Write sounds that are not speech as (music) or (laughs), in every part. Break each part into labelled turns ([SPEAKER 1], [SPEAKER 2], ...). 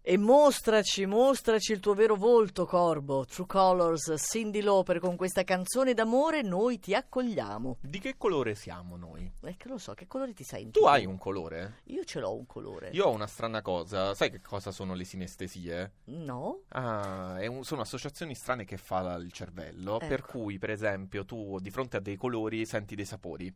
[SPEAKER 1] E mostraci, mostraci il tuo vero volto, Corbo. True Colors, Cindy Lauper con questa canzone d'amore, noi ti accogliamo.
[SPEAKER 2] Di che colore siamo noi?
[SPEAKER 1] Eh, che lo so, che colore ti senti?
[SPEAKER 2] Tu hai un colore?
[SPEAKER 1] Io ce l'ho un colore.
[SPEAKER 2] Io ho una strana cosa. Sai che cosa sono le sinestesie?
[SPEAKER 1] No?
[SPEAKER 2] Ah, è un- sono associazioni strane che fa la- il cervello. Per
[SPEAKER 1] Ecco.
[SPEAKER 2] cui, per esempio, tu di fronte a dei colori senti dei sapori.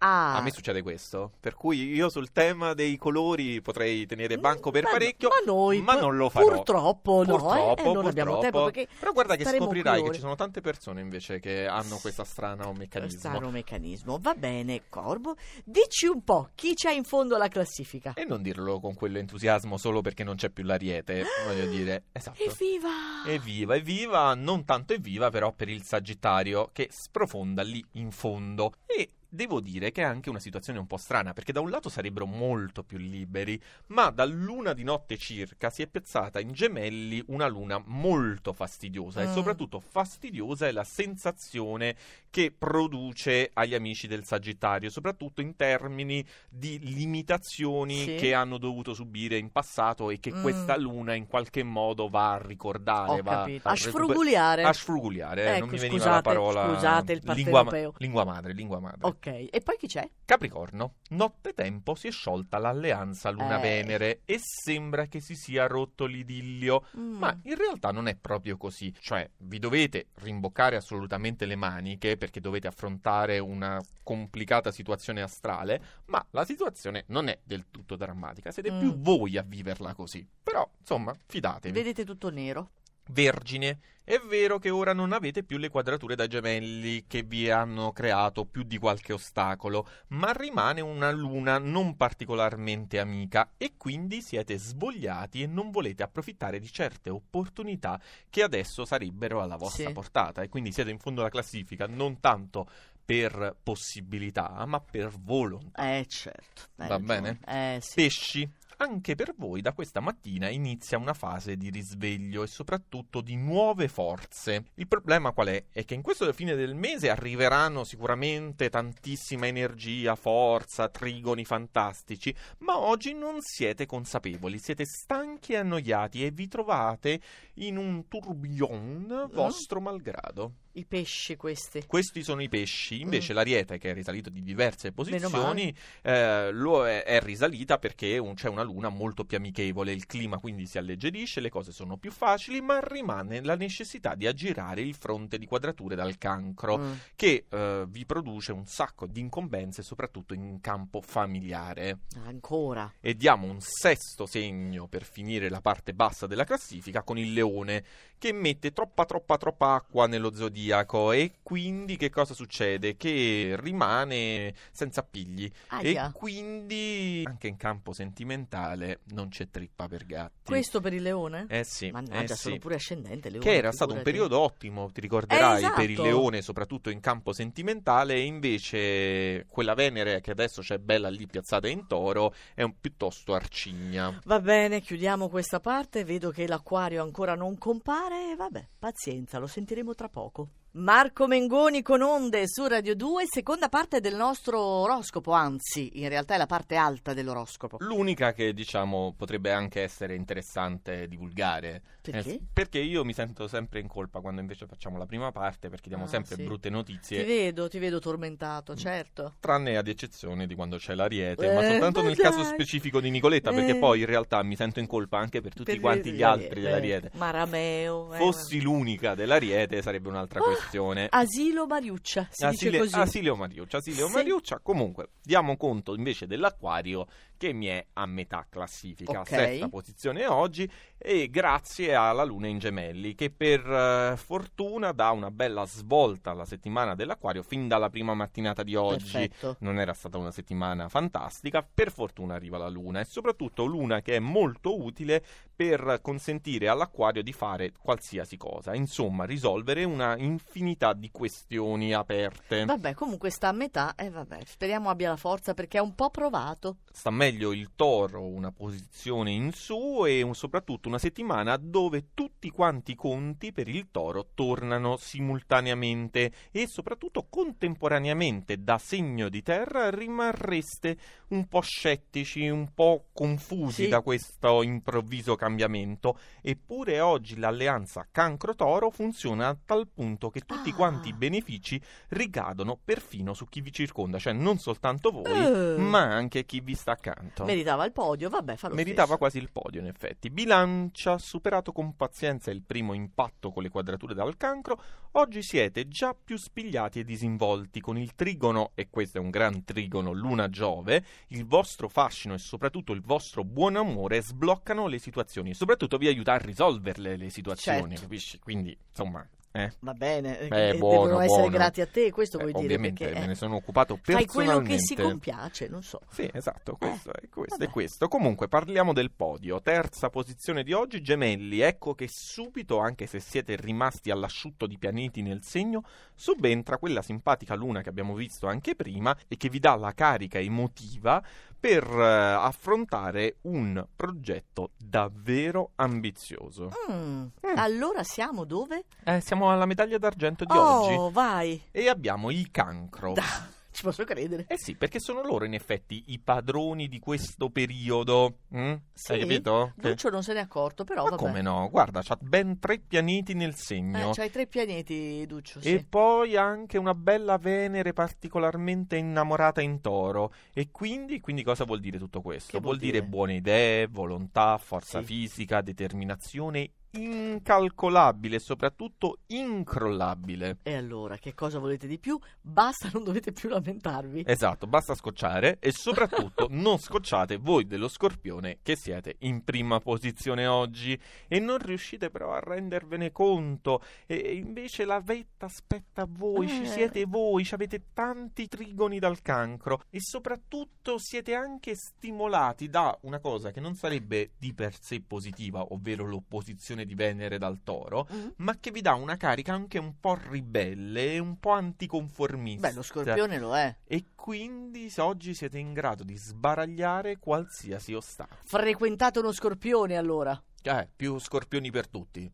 [SPEAKER 1] Ah.
[SPEAKER 2] A me succede questo. Per cui io sul tema dei colori potrei tenere banco per
[SPEAKER 1] Mm, Ma-
[SPEAKER 2] parecchio.
[SPEAKER 1] ma noi
[SPEAKER 2] ma
[SPEAKER 1] pu-
[SPEAKER 2] non lo farò.
[SPEAKER 1] purtroppo no, eh,
[SPEAKER 2] Purtroppo,
[SPEAKER 1] eh, non abbiamo
[SPEAKER 2] purtroppo.
[SPEAKER 1] tempo, perché
[SPEAKER 2] Però guarda che
[SPEAKER 1] staremo
[SPEAKER 2] scoprirai
[SPEAKER 1] qui
[SPEAKER 2] che
[SPEAKER 1] ore.
[SPEAKER 2] ci sono tante persone invece che hanno questo strano meccanismo.
[SPEAKER 1] Strano meccanismo. Va bene, Corbo. Dici un po' chi c'è in fondo alla classifica.
[SPEAKER 2] E non dirlo con quell'entusiasmo solo perché non c'è più l'ariete, voglio
[SPEAKER 1] Ah,
[SPEAKER 2] dire. Esatto.
[SPEAKER 1] Evviva!
[SPEAKER 2] Evviva, evviva, non tanto evviva però per il Sagittario che sprofonda lì in fondo. E devo dire che è anche una situazione un po' strana perché da un lato sarebbero molto più liberi, ma da luna di notte circa si è piazzata in gemelli una luna molto fastidiosa e
[SPEAKER 1] Mm.
[SPEAKER 2] soprattutto fastidiosa è la sensazione che produce agli amici del Sagittario, soprattutto in termini di limitazioni
[SPEAKER 1] Sì.
[SPEAKER 2] che hanno dovuto subire in passato e che
[SPEAKER 1] Mm.
[SPEAKER 2] questa luna in qualche modo va a ricordare,
[SPEAKER 1] Ho
[SPEAKER 2] va
[SPEAKER 1] capito.
[SPEAKER 2] a,
[SPEAKER 1] A sfrugugliare.
[SPEAKER 2] a sfrugugliare, eh, non
[SPEAKER 1] Ecco,
[SPEAKER 2] mi veniva
[SPEAKER 1] scusate,
[SPEAKER 2] la parola.
[SPEAKER 1] scusate il
[SPEAKER 2] lingua,
[SPEAKER 1] partenopeo.
[SPEAKER 2] lingua madre, lingua madre.
[SPEAKER 1] Ok, e poi chi c'è?
[SPEAKER 2] Capricorno, nottetempo si è sciolta l'alleanza
[SPEAKER 1] Eh.
[SPEAKER 2] Luna-Venere e sembra che si sia rotto l'idillio.
[SPEAKER 1] Mm.
[SPEAKER 2] Ma in realtà non è proprio così, cioè vi dovete rimboccare assolutamente le maniche perché dovete affrontare una complicata situazione astrale, ma la situazione non è del tutto drammatica, siete
[SPEAKER 1] Mm.
[SPEAKER 2] più voi a viverla così. Però, insomma, fidatevi.
[SPEAKER 1] Vedete tutto nero.
[SPEAKER 2] Vergine, è vero che ora non avete più le quadrature da gemelli che vi hanno creato più di qualche ostacolo, ma rimane una luna non particolarmente amica e quindi siete svogliati e non volete approfittare di certe opportunità che adesso sarebbero alla vostra
[SPEAKER 1] Sì.
[SPEAKER 2] portata e quindi siete in fondo alla classifica non tanto per possibilità, ma per volontà.
[SPEAKER 1] Eh, certo. hai
[SPEAKER 2] Va
[SPEAKER 1] ragione. Eh, sì.
[SPEAKER 2] Pesci, anche per voi da questa mattina inizia una fase di risveglio e soprattutto di nuove forze. Il problema qual è? È che in questo fine del mese arriveranno sicuramente tantissima energia, forza, trigoni fantastici, ma oggi non siete consapevoli, siete stanchi e annoiati e vi trovate in un tourbillon vostro malgrado.
[SPEAKER 1] I pesci questi.
[SPEAKER 2] Questi sono i pesci, invece l'ariete che è risalito di diverse
[SPEAKER 1] Mm. Meno
[SPEAKER 2] posizioni eh, lo è, è risalita perché un- c'è una luna molto più amichevole, il clima quindi si alleggerisce, le cose sono più facili, ma rimane la necessità di aggirare il fronte di quadrature dal cancro
[SPEAKER 1] Mm.
[SPEAKER 2] che eh, vi produce un sacco di incombenze soprattutto in campo familiare.
[SPEAKER 1] Ancora.
[SPEAKER 2] E diamo un sesto segno per finire la parte bassa della classifica con il leone che mette troppa troppa troppa acqua nello zodiaco e quindi che cosa succede? Che rimane senza pigli
[SPEAKER 1] Aia.
[SPEAKER 2] e quindi anche in campo sentimentale non c'è trippa per gatti.
[SPEAKER 1] Questo per il leone?
[SPEAKER 2] Eh sì,
[SPEAKER 1] Mannaggia,
[SPEAKER 2] eh
[SPEAKER 1] sono
[SPEAKER 2] sì.
[SPEAKER 1] pure ascendente leone.
[SPEAKER 2] Che era stato un
[SPEAKER 1] figurati.
[SPEAKER 2] periodo ottimo, ti ricorderai,
[SPEAKER 1] Eh, esatto.
[SPEAKER 2] per il leone, soprattutto in campo sentimentale, e invece quella Venere che adesso c'è bella lì piazzata in toro è un piuttosto arcigna.
[SPEAKER 1] Va bene, chiudiamo questa parte. Vedo che l'acquario ancora non compare. Vabbè, pazienza, lo sentiremo tra poco. Marco Mengoni con onde su Radio 2, seconda parte del nostro oroscopo, anzi, in realtà è la parte alta
[SPEAKER 2] Eh,
[SPEAKER 1] dell'oroscopo.
[SPEAKER 2] L'unica che diciamo potrebbe anche essere interessante divulgare.
[SPEAKER 1] Perché?
[SPEAKER 2] Nel- perché io mi sento sempre in colpa quando invece facciamo la prima parte perché diamo
[SPEAKER 1] Ah,
[SPEAKER 2] sempre
[SPEAKER 1] sì.
[SPEAKER 2] brutte
[SPEAKER 1] Ti
[SPEAKER 2] notizie.
[SPEAKER 1] vedo, ti vedo tormentato, certo.
[SPEAKER 2] Tranne ad eccezione di quando c'è l'ariete,
[SPEAKER 1] Eh,
[SPEAKER 2] ma soltanto
[SPEAKER 1] ma
[SPEAKER 2] nel
[SPEAKER 1] dai.
[SPEAKER 2] caso specifico di Nicoletta, perché
[SPEAKER 1] Eh.
[SPEAKER 2] poi in realtà mi sento in colpa anche per tutti
[SPEAKER 1] Per eh,
[SPEAKER 2] quanti gli altri dell'ariete.
[SPEAKER 1] Marameo. eh,
[SPEAKER 2] fossi l'unica dell'Ariete sarebbe un'altra
[SPEAKER 1] Ah,
[SPEAKER 2] questione.
[SPEAKER 1] Asilo Mariuccia, si dice
[SPEAKER 2] Asile-
[SPEAKER 1] così.
[SPEAKER 2] Asilio Mariuccia, Asilio
[SPEAKER 1] Sì.
[SPEAKER 2] Mariuccia. Comunque, diamo conto invece dell'Acquario che mi è a metà classifica,
[SPEAKER 1] Ok.
[SPEAKER 2] sesta posizione oggi e grazie alla Luna in Gemelli che per eh, fortuna dà una bella svolta alla settimana dell'Acquario fin dalla prima mattinata di oggi.
[SPEAKER 1] Perfetto.
[SPEAKER 2] Non era stata una settimana fantastica, per fortuna arriva la Luna e soprattutto Luna che è molto utile per consentire all'acquario di fare qualsiasi cosa, insomma risolvere una infinità un'infinità di questioni aperte.
[SPEAKER 1] Vabbè, comunque sta a metà e vabbè, speriamo abbia la forza perché è un po' provato.
[SPEAKER 2] Sta meglio il toro, una posizione in su e un- soprattutto una settimana dove tutti quanti i conti per il toro tornano simultaneamente e soprattutto contemporaneamente da segno di terra rimarreste un po' scettici, un po' confusi
[SPEAKER 1] Sì.
[SPEAKER 2] da questo improvviso cambiamento. Eppure oggi l'alleanza cancro-toro funziona a tal punto che tutti
[SPEAKER 1] Ah.
[SPEAKER 2] quanti i benefici ricadono perfino su chi vi circonda, cioè non soltanto voi,
[SPEAKER 1] Eh.
[SPEAKER 2] ma anche chi vi sta accanto.
[SPEAKER 1] Meritava il podio, vabbè, fa lo
[SPEAKER 2] Meritava
[SPEAKER 1] stesso.
[SPEAKER 2] quasi il podio, in effetti. Bilancia, superato con pazienza il primo impatto con le quadrature dal cancro, oggi siete già più spigliati e disinvolti con il trigono, e questo è un gran trigono, Luna Giove, il vostro fascino e soprattutto il vostro buon amore sbloccano le situazioni e soprattutto vi aiuta a risolverle le situazioni,
[SPEAKER 1] Certo.
[SPEAKER 2] capisci? Quindi, insomma, eh.
[SPEAKER 1] Va bene, eh,
[SPEAKER 2] Eh,
[SPEAKER 1] eh,
[SPEAKER 2] buono,
[SPEAKER 1] devono essere
[SPEAKER 2] buono.
[SPEAKER 1] grati a te, questo
[SPEAKER 2] Eh,
[SPEAKER 1] vuoi dire
[SPEAKER 2] ovviamente
[SPEAKER 1] perché
[SPEAKER 2] me
[SPEAKER 1] eh,
[SPEAKER 2] ne sono occupato
[SPEAKER 1] fai
[SPEAKER 2] personalmente.
[SPEAKER 1] quello che si compiace, non so.
[SPEAKER 2] Sì, esatto, questo è questo,
[SPEAKER 1] Eh, vabbè.
[SPEAKER 2] è questo. Comunque parliamo del podio. Terza posizione di oggi, gemelli. Ecco che subito, anche se siete rimasti all'asciutto di pianeti nel segno, subentra quella simpatica luna che abbiamo visto anche prima e che vi dà la carica emotiva per eh, affrontare un progetto davvero ambizioso.
[SPEAKER 1] Mm, Allora siamo dove?
[SPEAKER 2] Eh, siamo alla medaglia d'argento di
[SPEAKER 1] oh,
[SPEAKER 2] oggi
[SPEAKER 1] vai.
[SPEAKER 2] e abbiamo il cancro.
[SPEAKER 1] Da- ci posso credere.
[SPEAKER 2] Eh sì, perché sono loro in effetti i padroni di questo periodo. mm?
[SPEAKER 1] Sì,
[SPEAKER 2] Hai capito? Che-
[SPEAKER 1] Duccio non se n'è accorto, però
[SPEAKER 2] Ma
[SPEAKER 1] vabbè.
[SPEAKER 2] come no? Guarda, c'ha ben tre pianeti nel segno.
[SPEAKER 1] Eh, c'hai tre pianeti, Duccio, sì.
[SPEAKER 2] E poi anche una bella Venere particolarmente innamorata in toro. E quindi, quindi cosa vuol dire tutto questo?
[SPEAKER 1] Che vuol
[SPEAKER 2] dire?
[SPEAKER 1] dire?
[SPEAKER 2] buone idee, volontà, forza
[SPEAKER 1] Sì.
[SPEAKER 2] fisica, determinazione incalcolabile e soprattutto incrollabile.
[SPEAKER 1] E allora, che cosa volete di più? Basta, non dovete più lamentarvi.
[SPEAKER 2] Esatto, basta scocciare e soprattutto (laughs) non scocciate voi dello scorpione che siete in prima posizione oggi e non riuscite però a rendervene conto e e invece la vetta aspetta a voi,
[SPEAKER 1] Eh.
[SPEAKER 2] ci siete voi, ci avete tanti trigoni dal cancro e soprattutto siete anche stimolati da una cosa che non sarebbe di per sé positiva, ovvero l'opposizione di Venere dal toro,
[SPEAKER 1] Mm?
[SPEAKER 2] ma che vi dà una carica anche un po' ribelle e un po' anticonformista.
[SPEAKER 1] Beh, lo scorpione lo è.
[SPEAKER 2] E quindi se oggi siete in grado di sbaragliare qualsiasi ostacolo.
[SPEAKER 1] Frequentate uno scorpione allora.
[SPEAKER 2] Eh, più scorpioni per tutti.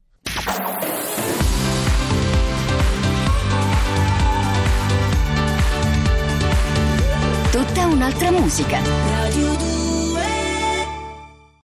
[SPEAKER 3] Tutta un'altra musica.